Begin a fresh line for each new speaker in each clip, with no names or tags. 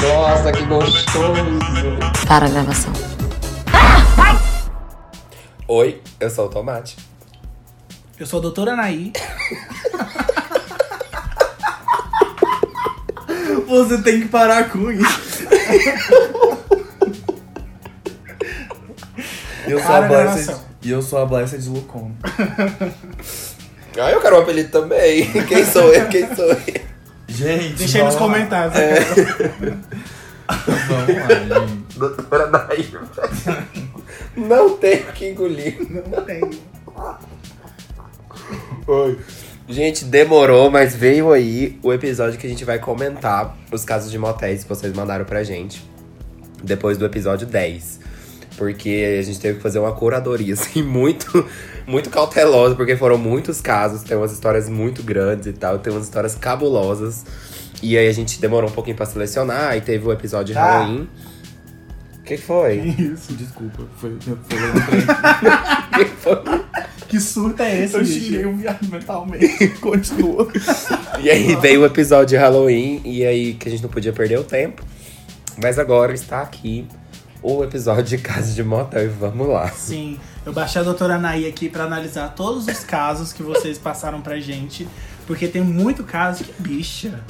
Nossa, que gostoso.
Para a gravação.
Oi, eu sou o Tomate.
Eu sou a doutora Anaí.
Você tem que parar com isso. Eu sou
Para
a
a
Blessed.
gravação.
E eu sou a Blessed Lucon.
Ah, eu quero um apelido também. Quem sou eu? Quem sou eu?
Gente.
Deixa aí nos
vamos lá.
comentários.
É. Vamos lá, gente.
Doutora Naíra. Não tenho o que engolir.
Não tem.
Oi. Gente, demorou, mas veio aí o episódio que a gente vai comentar os casos de motéis que vocês mandaram pra gente. Depois do episódio 10. Porque a gente teve que fazer uma curadoria, assim, muito, muito cautelosa, porque foram muitos casos, tem umas histórias muito grandes e tal, tem umas histórias cabulosas. E aí a gente demorou um pouquinho pra selecionar, e teve o episódio de
Ah.
Halloween. O que foi?
Isso, desculpa. Foi, foi
que foi?
Que surto é esse,
eu
bicho?
xinguei o viado mentalmente. Continua.
E aí veio o episódio de Halloween, e aí que a gente não podia perder o tempo. Mas agora está aqui o episódio de Casa de Motel e vamos lá.
Sim, eu baixei a doutora Anaí aqui pra analisar todos os casos que vocês passaram pra gente. Porque tem muito caso que, bicha,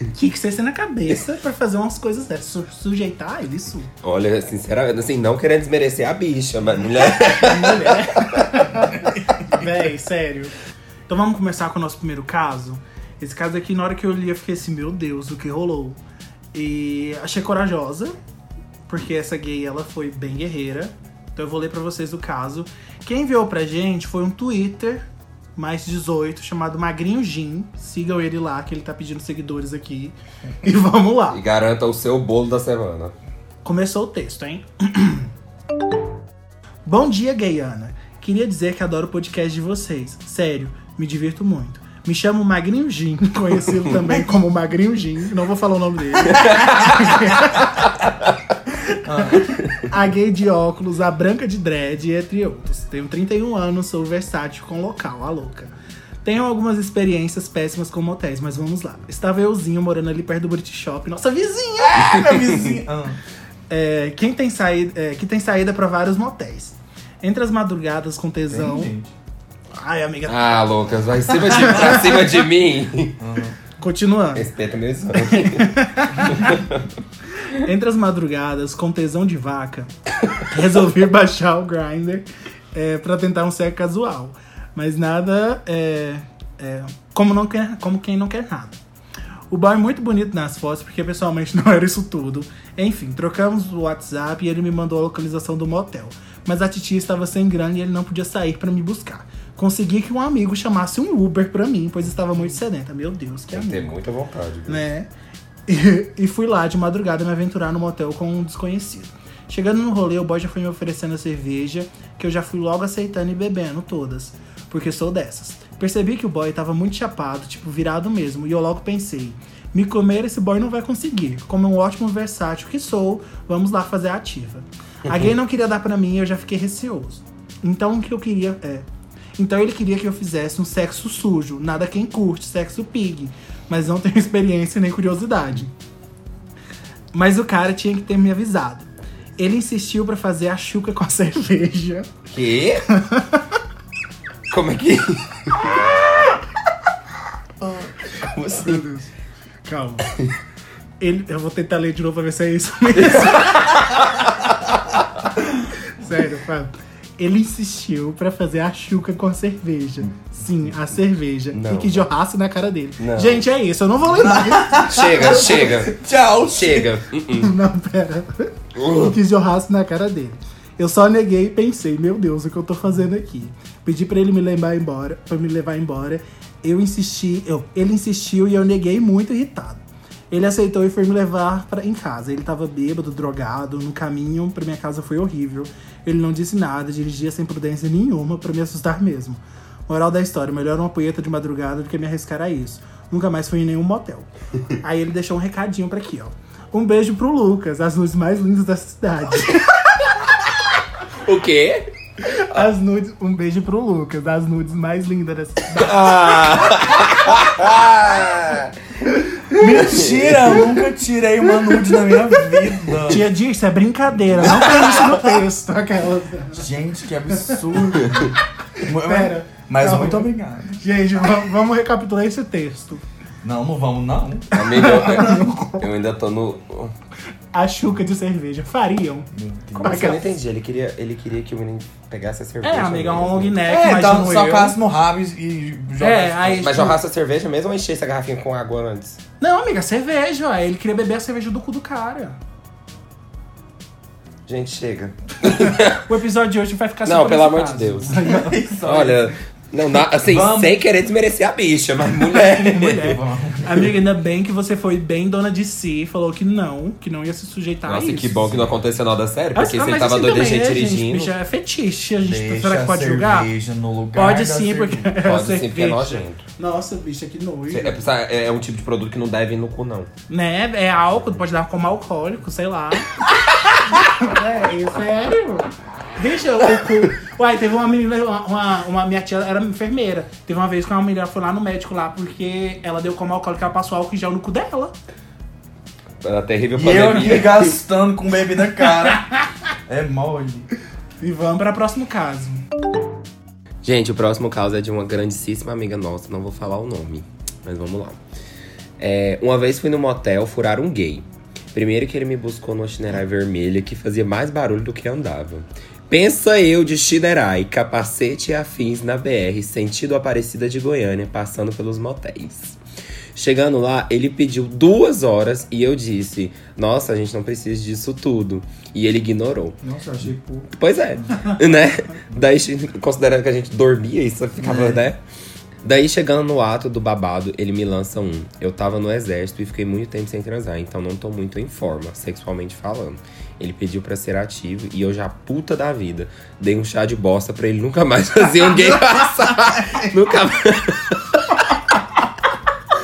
o que, que vocês têm na cabeça pra fazer umas coisas dessas? Su- sujeitar a isso?
Olha, sinceramente, assim, não querendo desmerecer a bicha, mas mulher.
Mulher. Véi, sério. Então vamos começar com o nosso primeiro caso. Esse caso aqui, na hora que eu li, eu fiquei assim, meu Deus, o que rolou? E achei corajosa, porque essa gay, ela foi bem guerreira. Então eu vou ler pra vocês o caso. Quem enviou pra gente foi um Twitter mais 18, chamado Magrinho Jim. Sigam ele lá, que ele tá pedindo seguidores aqui. E vamos lá.
E garanta o seu bolo da semana.
Começou o texto, hein? Bom dia, Gayana. Queria dizer que adoro o podcast de vocês. Sério, me divirto muito. Me chamo Magrinho Jim, conhecido também como Magrinho Jim. Não vou falar o nome dele. a gay de óculos, a branca de dread, entre outros. Tenho 31 anos, sou versátil com local, a louca. Tenho algumas experiências péssimas com motéis, mas vamos lá. Estava euzinho morando ali perto do British Shop. Nossa vizinha! Ah, minha vizinha! É, quem tem saída, é, que tem saída pra vários motéis. Entre as madrugadas com tesão. Ai, amiga,
Ah, Lucas, vai em cima de, pra cima de mim.
continuando.
Respeita meu sonho.
Entre as madrugadas, com tesão de vaca, resolvi baixar o grinder é, para tentar um sexo casual. Mas nada é, é, como, não quer, como quem não quer nada. O boy muito bonito nas fotos, porque pessoalmente não era isso tudo. Enfim, trocamos o WhatsApp e ele me mandou a localização do motel. Mas a titia estava sem grana e ele não podia sair para me buscar. Consegui que um amigo chamasse um Uber para mim, pois estava muito sedenta. Meu Deus, que
Tem que
amigo
ter muita vontade. viu?
né? E, e fui lá de madrugada me aventurar no motel com um desconhecido. Chegando no rolê, o boy já foi me oferecendo a cerveja, que eu já fui logo aceitando e bebendo todas, porque sou dessas. Percebi que o boy tava muito chapado, tipo virado mesmo, e eu logo pensei: me comer esse boy não vai conseguir. Como um ótimo versátil que sou, vamos lá fazer a ativa. A gay não queria dar pra mim e eu já fiquei receoso. Então o que eu queria é. Então ele queria que eu fizesse um sexo sujo, nada quem curte, sexo pig, mas não tenho experiência nem curiosidade. Mas o cara tinha que ter me avisado. Ele insistiu pra fazer a chuca com a cerveja.
Que? Como é que. Como assim?
Calma. Ele, eu vou tentar ler de novo pra ver se é isso mesmo. Sério, Fábio. Ele insistiu pra fazer a chuca com a cerveja. Sim, a cerveja.
Não.
E que jorrasse na cara dele.
Não.
Gente, é isso. Eu não vou ler mais.
Chega, chega,
Tchau.
chega. Uh-uh.
Não, pera. E quis jorraço na cara dele. Eu só neguei e pensei, meu Deus, o que eu tô fazendo aqui? Pedi pra ele me levar embora, para me levar embora. Eu insisti, eu, ele insistiu e eu neguei muito irritado. Ele aceitou e foi me levar pra, em casa. Ele tava bêbado, drogado, no caminho pra minha casa foi horrível. Ele não disse nada, dirigia sem prudência nenhuma pra me assustar mesmo. Moral da história, melhor uma punheta de madrugada do que me arriscar a isso. Nunca mais fui em nenhum motel. Aí ele deixou um recadinho pra aqui, ó. Um beijo pro Lucas, as luzes mais lindas da cidade.
O quê?
As nudes, um beijo pro Lucas, as nudes mais lindas dessa cidade.
Ah.
Mentira, eu nunca tirei uma nude na minha vida.
Tia Dir, isso é brincadeira, não tem isso no texto. Aquela.
Gente, que absurdo. Mas-
Pera,
Mas
calma.
muito obrigado.
Gente, va- vamos recapitular esse texto.
Não, não vamos, não.
Amiga, eu- eu ainda tô no.
A chuca de cerveja, fariam.
Meu Deus.
Como é que eu não entendi? Ele queria, ele queria que o menino pegasse a cerveja.
É, amiga, é um
mesmo.
long neck,
É, dá um
imagino eu.
socaço no rabo e e joga.
É, aí-
Mas jorrasse a cerveja mesmo ou enchesse a garrafinha com água antes?
Não, amiga, cerveja, ó. Ele queria beber a cerveja do cu do cara.
Gente, chega.
O episódio de hoje vai ficar Tá só
Não,
pra
pelo amor
esse
de
caso.
Deus.
Isso aí.
Olha, não, na- assim,
Vamos.
sem querer desmerecer a bicha, mas mulher.
Mulher. Amiga, ainda bem que você foi bem dona de si, falou que não, que não ia se sujeitar a
Nossa,
isso.
que bom que não aconteceu nada sério, porque
ah,
se ele
mas
tava
assim
doido a
também,
gente
né,
dirigindo.
bicho? é fetiche, a gente será
Deixa
que
a
pode julgar?
cerveja no lugar
Pode
da
sim, porque
cerveja.
Pode sim, porque é
cerveja.
nojento.
Nossa, bicha, que nojo.
É, é- é um tipo de produto que não deve ir no cu, não.
Né? É álcool, pode dar como alcoólico, sei lá. é, é sério. Bicha, o cu. Uai, teve uma menina, uma, uma, uma- minha tia era enfermeira. Teve uma vez que uma menina foi lá no médico lá porque ela deu como alcoólica, ela passou álcool em gel no cu dela.
Era É terrível
E eu aqui
pandemia.
gastando com bebida cara. É mole.
E vamos para o próximo caso.
Gente, o próximo caso é de uma grandíssima amiga nossa, não vou falar o nome, mas vamos lá. É, uma vez fui no motel furar um gay. Primeiro que ele me buscou numa chinerai vermelha que fazia mais barulho do que andava. Pensa eu de chinerai, capacete e afins na BR, sentido Aparecida de Goiânia, passando pelos motéis. Chegando lá, ele pediu duas horas e eu disse: Nossa, a gente não precisa disso tudo. E ele ignorou.
Nossa, achei pouco.
Pois é, né? Daí, che- considerando que a gente dormia, isso ficava, né? Daí, chegando no ato do babado, ele me lança um. Eu tava no exército e fiquei muito tempo sem transar, então não tô muito em forma, sexualmente falando. Ele pediu pra ser ativo e eu já puta da vida. Dei um chá de bosta pra ele nunca mais fazer um gay passar. nunca mais.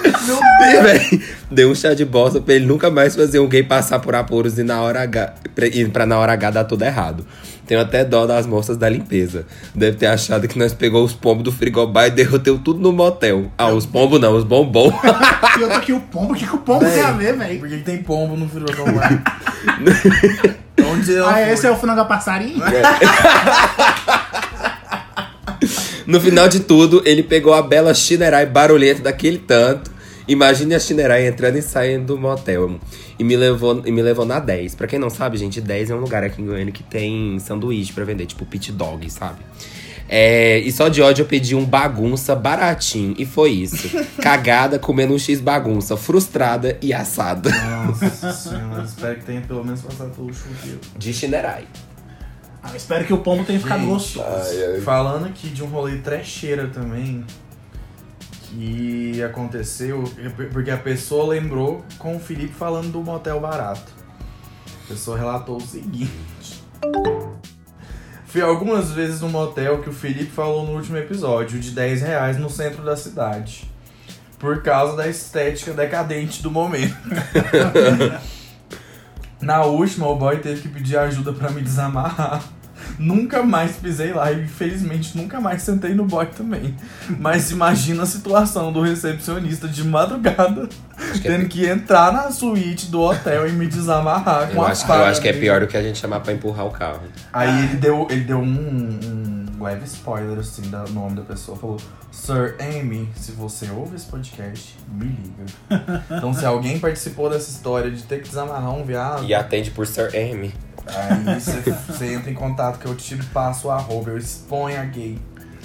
Ih, véi. Dei um chá de bosta pra ele nunca mais fazer um gay passar por apuros e na hora H. pra- E pra na hora H dar tudo errado. Tenho até dó das moças da limpeza. Deve ter achado que nós pegou os pombos do frigobar e derroteu tudo no motel. Ah, os pombos não, os bombom.
E eu tô aqui o pombo, o que, que o pombo tem a ver, velho?
Porque tem pombo no Então, frigobar. Onde eu
Ah, esse é o final da passarinho?
No final de tudo, ele pegou a bela Shinerai barulhenta daquele tanto. Imagine a Shinerai entrando e saindo do motel. E me levou, e me levou na 10. Pra quem não sabe, gente, 10 é um lugar aqui em Goiânia que tem sanduíche pra vender, tipo pit dog, sabe? É, e só de ódio eu pedi um bagunça baratinho. E foi isso. Cagada, comendo um X bagunça, frustrada e assada.
Nossa senhora, espero que tenha pelo menos passado pelo chuveiro.
De Shinerai.
Ah, espero que o pombo tenha ficado
Gente.
gostoso.
Falando aqui de um rolê trecheira também, que aconteceu, porque a pessoa lembrou com o Felipe falando do motel barato. A pessoa relatou o seguinte. Fui algumas vezes no motel que o Felipe falou no último episódio, de 10 reais no centro da cidade. Por causa da estética decadente do momento. Na última, o boy teve que pedir ajuda pra me desamarrar. Nunca mais pisei lá e infelizmente nunca mais sentei no boy também. Mas imagina a situação do recepcionista de madrugada
Acho que é-
tendo que entrar na suíte do hotel e me desamarrar com
Eu
a né?
acho, que- eu acho que é
faca.
pior do que a gente chamar pra empurrar o carro.
Aí ele deu, ele deu um, um leve spoiler, assim, do nome da pessoa. Falou, Sir Amy, se você ouve esse podcast, me liga. então, se alguém participou dessa história de ter que desamarrar um viado,
E atende por Sir M.
aí você- você entra em contato que eu te passo o arroba, eu exponho a gay.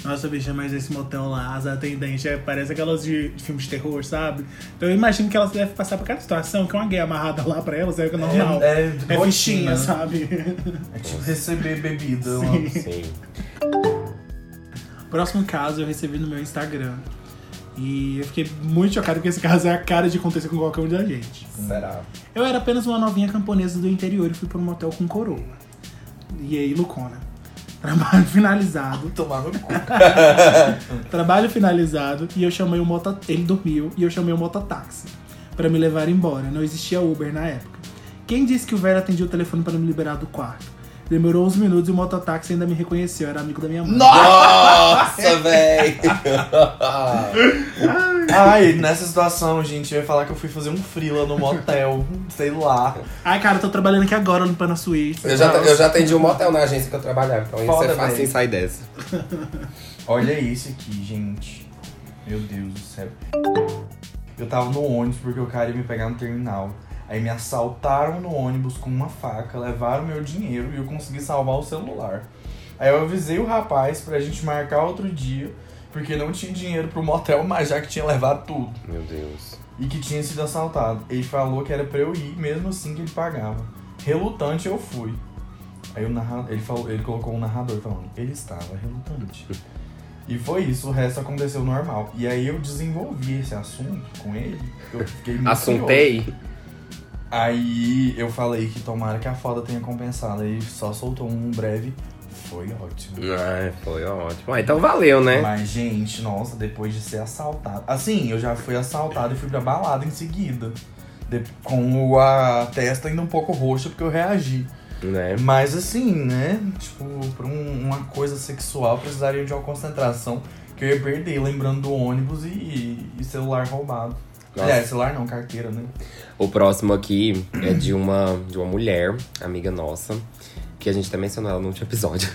Nossa, bicha, mas esse motel lá, as atendentes, é, parece aquelas de, de filmes de terror, sabe? Então eu imagino que elas devem passar por cada situação, que uma gay amarrada lá pra elas é o que é normal. É,
é, rotina.
fichinha, sabe?
É tipo receber bebida.
Sim.
Sim.
Próximo caso eu recebi no meu Instagram. E eu fiquei muito chocado porque esse caso é a cara de acontecer com qualquer um da gente.
Será?
Eu era apenas uma novinha camponesa do interior e fui pra um motel com coroa. E aí, Lucona. Trabalho finalizado.
Tomar no cu.
Trabalho finalizado e eu chamei o moto... Ele dormiu e eu chamei o mototáxi pra me levar embora. Não existia Uber na época. Quem disse que o velho atendia o telefone pra me liberar do quarto? Demorou uns minutos e o mototáxi ainda me reconheceu, era amigo da minha mãe.
Nossa, véi!
Ai, nessa situação, gente, eu ia falar que eu fui fazer um frila no motel, sei lá.
Ai, cara, tô trabalhando aqui agora limpando a suíte.
Eu já, eu já atendi um motel na agência que eu trabalhava, então isso
Foda,
é fácil
véi.
sair dessa.
Olha isso aqui, gente. Meu Deus do céu. Eu tava no ônibus porque o cara ia me pegar no terminal. Aí me assaltaram no ônibus com uma faca, levaram meu dinheiro e eu consegui salvar o celular. Aí eu avisei o rapaz pra gente marcar outro dia, porque não tinha dinheiro pro motel, mas já que tinha levado tudo.
Meu Deus.
e que tinha sido assaltado. Ele falou que era pra eu ir, mesmo assim que ele pagava. Relutante eu fui. Aí o narra... ele, falou... ele colocou um narrador falando, ele estava relutante. E foi isso, o resto aconteceu normal. E aí eu desenvolvi esse assunto com ele. Eu fiquei muito curioso.
Assuntei?
Aí eu falei que tomara que a foda tenha compensado. Aí ele só soltou um breve. Foi ótimo.
Ai, É, foi ótimo. Ah, então valeu, né?
Mas, gente, nossa, depois de ser assaltado. Assim, eu já fui assaltado e fui pra balada em seguida. De- com o- a testa ainda um pouco roxa, porque eu reagi.
Né?
Mas, assim, né? Tipo, pra um- uma coisa sexual, precisaria de uma concentração que eu ia perder, lembrando do ônibus e, e celular roubado.
Nossa.
Aliás, celular não, carteira, né?
O próximo aqui é de uma, de uma mulher, amiga nossa, que a gente até mencionou ela no último episódio.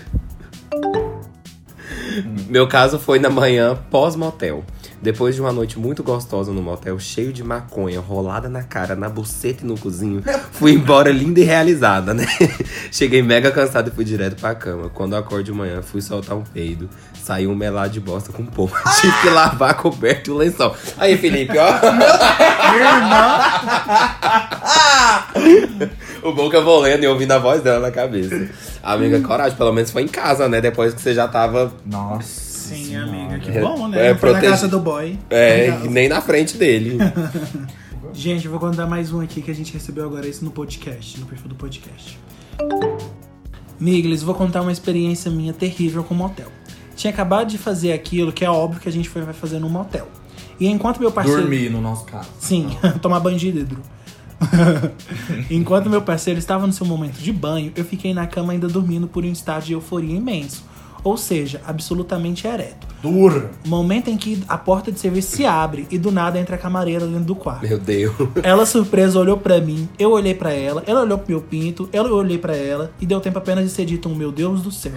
Meu caso foi na manhã pós-motel. Depois de uma noite muito gostosa no motel, cheio de maconha, rolada na cara, na buceta e no cozinho, fui embora linda e realizada, né? Cheguei mega cansado e fui direto pra cama. Quando eu acordo de manhã, fui soltar um peido. Saiu um melado de bosta com pó. Tive que lavar a coberta e o lençol. Aí, Felipe, ó. O bom é que eu vou lendo e ouvindo a voz dela na cabeça. A amiga, coragem, pelo menos foi em casa, né? Depois que você já tava.
Nossa.
Sim,
senhora.
amiga, que
É,
bom, né?
é,
Não Foi na
protege-
casa do boy.
É,
Legal.
nem na frente dele.
Gente, eu vou contar mais um aqui que a gente recebeu agora isso no podcast, no perfil do podcast. Miglis, vou contar uma experiência minha terrível com motel. Tinha acabado de fazer aquilo que é óbvio que a gente foi- vai fazer num motel. E enquanto meu parceiro.
Dormir, no nosso caso.
Sim, tomar banho de hidro. Enquanto meu parceiro estava no seu momento de banho, eu fiquei na cama ainda dormindo por um estado de euforia imenso. Ou seja, absolutamente ereto.
Dura.
Momento em que a porta de serviço se abre e do nada entra a camareira dentro do quarto.
Meu Deus.
Ela surpresa olhou pra mim, eu olhei pra ela, ela olhou pro meu pinto, ela eu olhei pra ela e deu tempo apenas de ser dito um meu Deus do céu,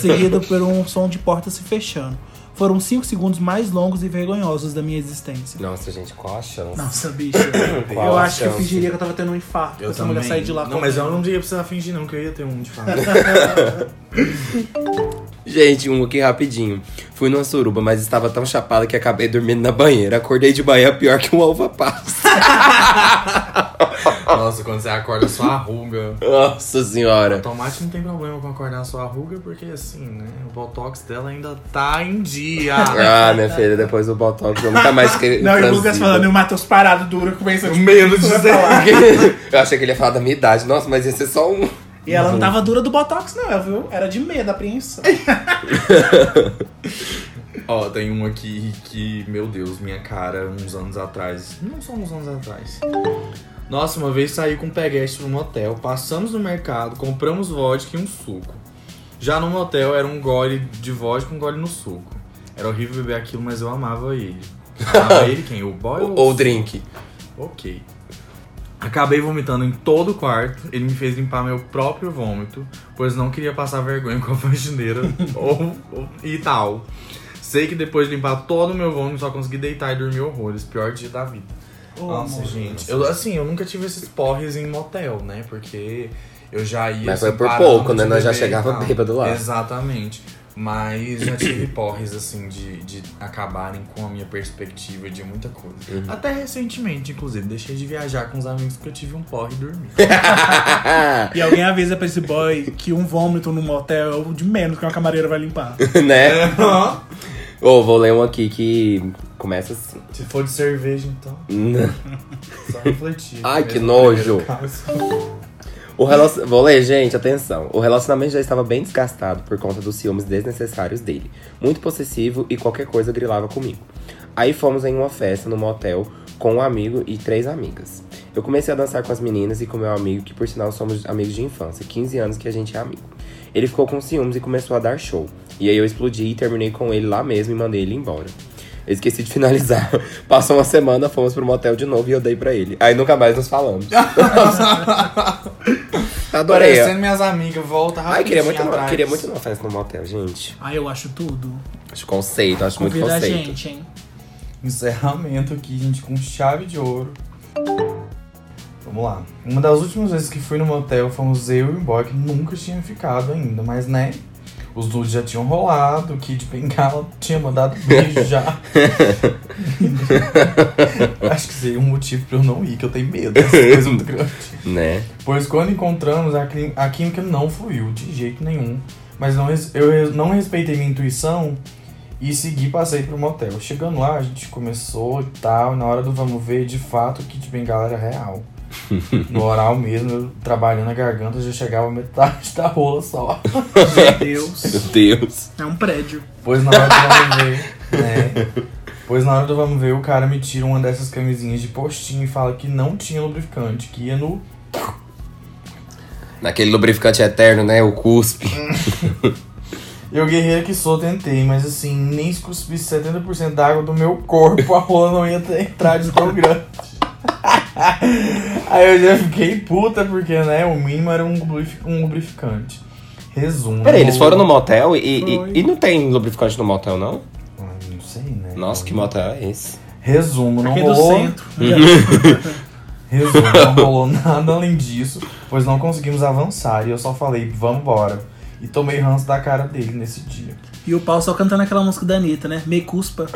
seguido por um som de porta se fechando. Foram cinco segundos mais longos e vergonhosos da minha existência.
Nossa, gente, qual a chance?
Nossa, bicho.
Qual
eu
a
acho que eu
chance?
fingiria que eu tava tendo um infarto. pra essa mulher sair de lá.
Não, mas eu não ia precisar fingir, não, que eu ia ter um de fato.
Gente, um aqui rapidinho. Fui numa suruba, mas estava tão chapada que acabei dormindo na banheira. Acordei de manhã pior que uma uva passa.
Nossa, quando você acorda, sua arruga.
Nossa senhora.
Tomate não tem problema com acordar sua ruga, porque assim, né? O botox dela ainda tá em dia.
Ah, minha filha, depois do botox eu nunca mais fiquei
Não, e o Lucas
franzido.
falando, e o Matheus parado duro, começando tipo,
Menos de
vai
zero.
falar.
Eu achei que ele ia falar da minha idade. Nossa, mas ia ser só um.
E ela não tava dura do Botox, não, ela, viu? Era de medo, apreensão.
Ó, tem um aqui que, meu Deus, minha cara, uns anos atrás. Não só uns anos atrás. Nossa, uma vez saí com um o Pegueste pro motel, passamos no mercado, compramos vodka e um suco. Já no motel era um gole de vodka e um gole no suco. Era horrível beber aquilo, mas eu amava ele. Amava ele quem? O boy
Ou ou drink.
Ok. Acabei vomitando em todo o quarto. Ele me fez limpar meu próprio vômito, pois não queria passar vergonha com a faxineira ou, ou- e tal. Sei que depois de limpar todo o meu vômito, só consegui deitar e dormir horrores. Pior dia da vida.
Ô,
Nossa,
amor.
gente. Eu, assim, eu nunca tive esses porres em motel, né? Porque eu já ia.
Mas foi
assim,
por
parando
pouco, né?
de
Nós já
beber e
chegava
tal.
bêbado lá.
Exatamente. Mas já tive porres, assim, de, de acabarem com a minha perspectiva de muita coisa.
Uhum.
Até recentemente, inclusive. Deixei de viajar com os amigos porque eu tive um porre e dormi.
Ah, E alguém avisa pra esse boy que um vômito num motel é o de menos que uma camareira vai limpar.
né? Ou vou ler um aqui que começa assim.
Se for de cerveja, então, só refletir.
Ai, que
Mesmo
nojo.
primeiro caso.
O relacion... Vou ler, gente, atenção. O relacionamento já estava bem desgastado por conta dos ciúmes desnecessários dele. Muito possessivo e qualquer coisa grilava comigo. Aí fomos em uma festa no motel com um amigo e três amigas. Eu comecei a dançar com as meninas e com meu amigo, que por sinal somos amigos de infância, 15 anos que a gente é amigo. Ele ficou com ciúmes e começou a dar show. E aí eu explodi e terminei com ele lá mesmo e mandei ele embora. Eu esqueci de finalizar. Passou uma semana, fomos pro motel de novo e eu dei pra ele. Aí nunca mais nos falamos. Adorei.
Parecendo minhas amigas, volta rapidinho
Ai, queria muito, uma,
atrás.
queria muito uma festa no motel, gente.
Ah, eu acho tudo.
Acho conceito, acho muito
Convida a
conceito.
gente, hein?
Encerramento aqui, gente, com chave de ouro. Vamos lá. Uma das últimas vezes que fui no motel, fomos eu e o boy que nunca tinha ficado ainda, mas né? Os nudes já tinham rolado, o Kid Bengala tinha mandado beijo já. Acho que seria um motivo pra eu não ir, que eu tenho medo. Essa coisa é muito grande.
Né?
Pois quando encontramos, a, clí- a química não fluiu de jeito nenhum. Mas não, res- eu res- não respeitei minha intuição e segui, passei pro motel. Chegando lá, a gente começou e tal. e Na hora do vamos ver, de fato, o kit bengala era real. No oral mesmo, eu trabalhando a garganta, já chegava metade da rola só.
Meu Deus.
Meu Deus.
É um prédio.
Pois na hora do vamos ver, né? Pois na hora do vamos ver, o cara me tira uma dessas camisinhas de postinho e fala que não tinha lubrificante, que ia no
Naquele lubrificante eterno, né? O cuspe.
Eu, guerreiro que sou, tentei, mas assim, nem se cuspisse 70% da água do meu corpo, a rola não ia ter- entrar de tão grande. Aí eu já fiquei puta, porque, né, o mínimo era um, lubrifi- um lubrificante. Resumo.
Peraí, eles foram no motel e, e-
Foi.
e não tem lubrificante no motel, não?
Ah, Não sei, né?
Nossa, que motel é esse?
Resumo, não
Aqui do
rolou...
centro. Uhum.
Resumo, não rolou nada além disso, pois não conseguimos avançar, e eu só falei, vambora. E tomei ranço da cara dele nesse dia.
E o pau só cantando aquela música da Anitta, né? Me cuspa.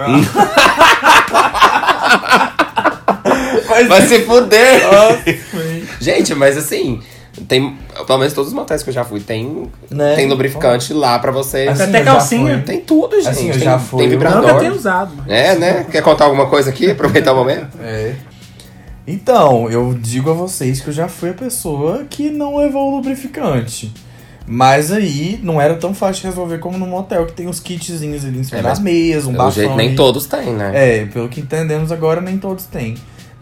Mas,
Vai se fuder!
foi...
Gente, mas assim, tem. Pelo menos todos os motéis que eu já fui, tem,
Né?
tem lubrificante lá pra você.
Assim,
Até
eu já
calcinha.
fui.
tem tudo, gente.
Assim, eu
tem,
já fui,
tem
eu-
Nunca
vibrador.
tenho usado. mas-
É, né? Quer contar alguma coisa aqui? Aproveitar o momento?
É. Então, eu digo a vocês que eu já fui a pessoa que não levou o lubrificante. Mas aí não era tão fácil de resolver como no motel, que tem uns kitzinhos ali em cima
É,
da
mas
mesa, um
Pelo
bafão.
jeito, nem
ali.
todos têm, né?
É, pelo que entendemos agora, nem todos têm.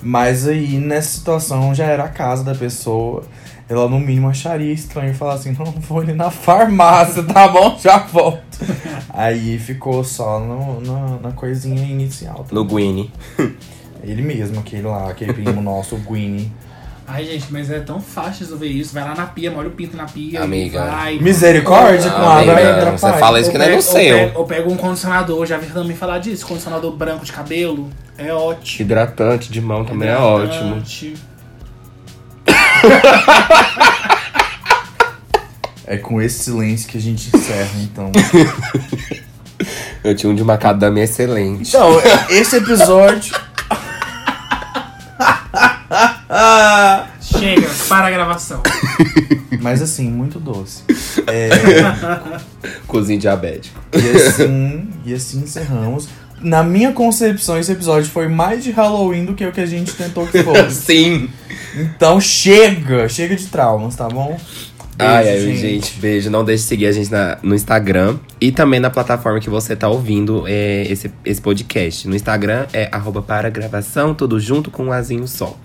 Mas aí, nessa situação, já era a casa da pessoa. Ela, no mínimo, acharia estranho falar assim: não, vou ali na farmácia, tá bom? Já volto. aí ficou só no- na- na coisinha inicial. tá
No Guine.
Ele mesmo, aquele lá, aquele primo nosso, o Guini.
Ai, gente, mas é tão fácil resolver isso. Vai lá na pia, molha o pinto na pia.
Amiga.
E vai.
Misericórdia, com a
Amiga,
vai
você
atrapalhar.
fala isso que não é no
Ou pego-
seu.
ou pego um condicionador, já vi também falar disso. Condicionador branco de cabelo é ótimo.
Hidratante de mão também é ótimo.
Hidratante.
É com esse silêncio que a gente encerra, então.
Eu tinha um de macadâmia excelente.
então, esse episódio.
Chega, para a gravação.
Mas assim, muito doce. É,
Cozinho diabético.
E assim, e assim encerramos. Na minha concepção, esse episódio foi mais de Halloween do que o que a gente tentou que fosse.
Sim!
Então chega! Chega de traumas, tá bom? Beijo,
ai, ai, gente. beijo. Não deixe de seguir a gente na- no Instagram e também na plataforma que você tá ouvindo é, esse, esse podcast. No Instagram é arroba para gravação, tudo junto com um azinho só.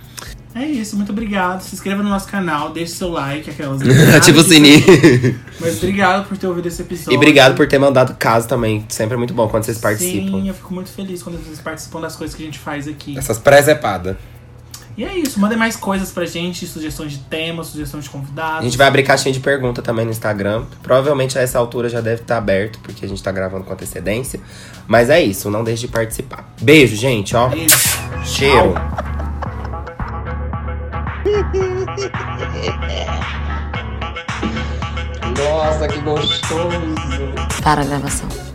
É isso, muito obrigado. Se inscreva no nosso canal, deixe seu like, aquelas.
Ativa o Tipo sininho.
Mas obrigado por ter ouvido esse episódio.
e obrigado por ter mandado caso também. Sempre é muito bom quando vocês participam.
Sim, eu fico muito feliz quando vocês participam das coisas que a gente faz aqui.
Essas presepadas.
E é isso, mandem mais coisas pra gente, sugestões de temas, sugestões de convidados.
A gente vai abrir caixinha de pergunta também no Instagram. Provavelmente a essa altura já deve estar aberto, porque a gente tá gravando com antecedência. Mas é isso, não deixe de participar. Beijo, gente, ó.
É isso.
Cheiro. Nossa, que gostoso.
Para a gravação.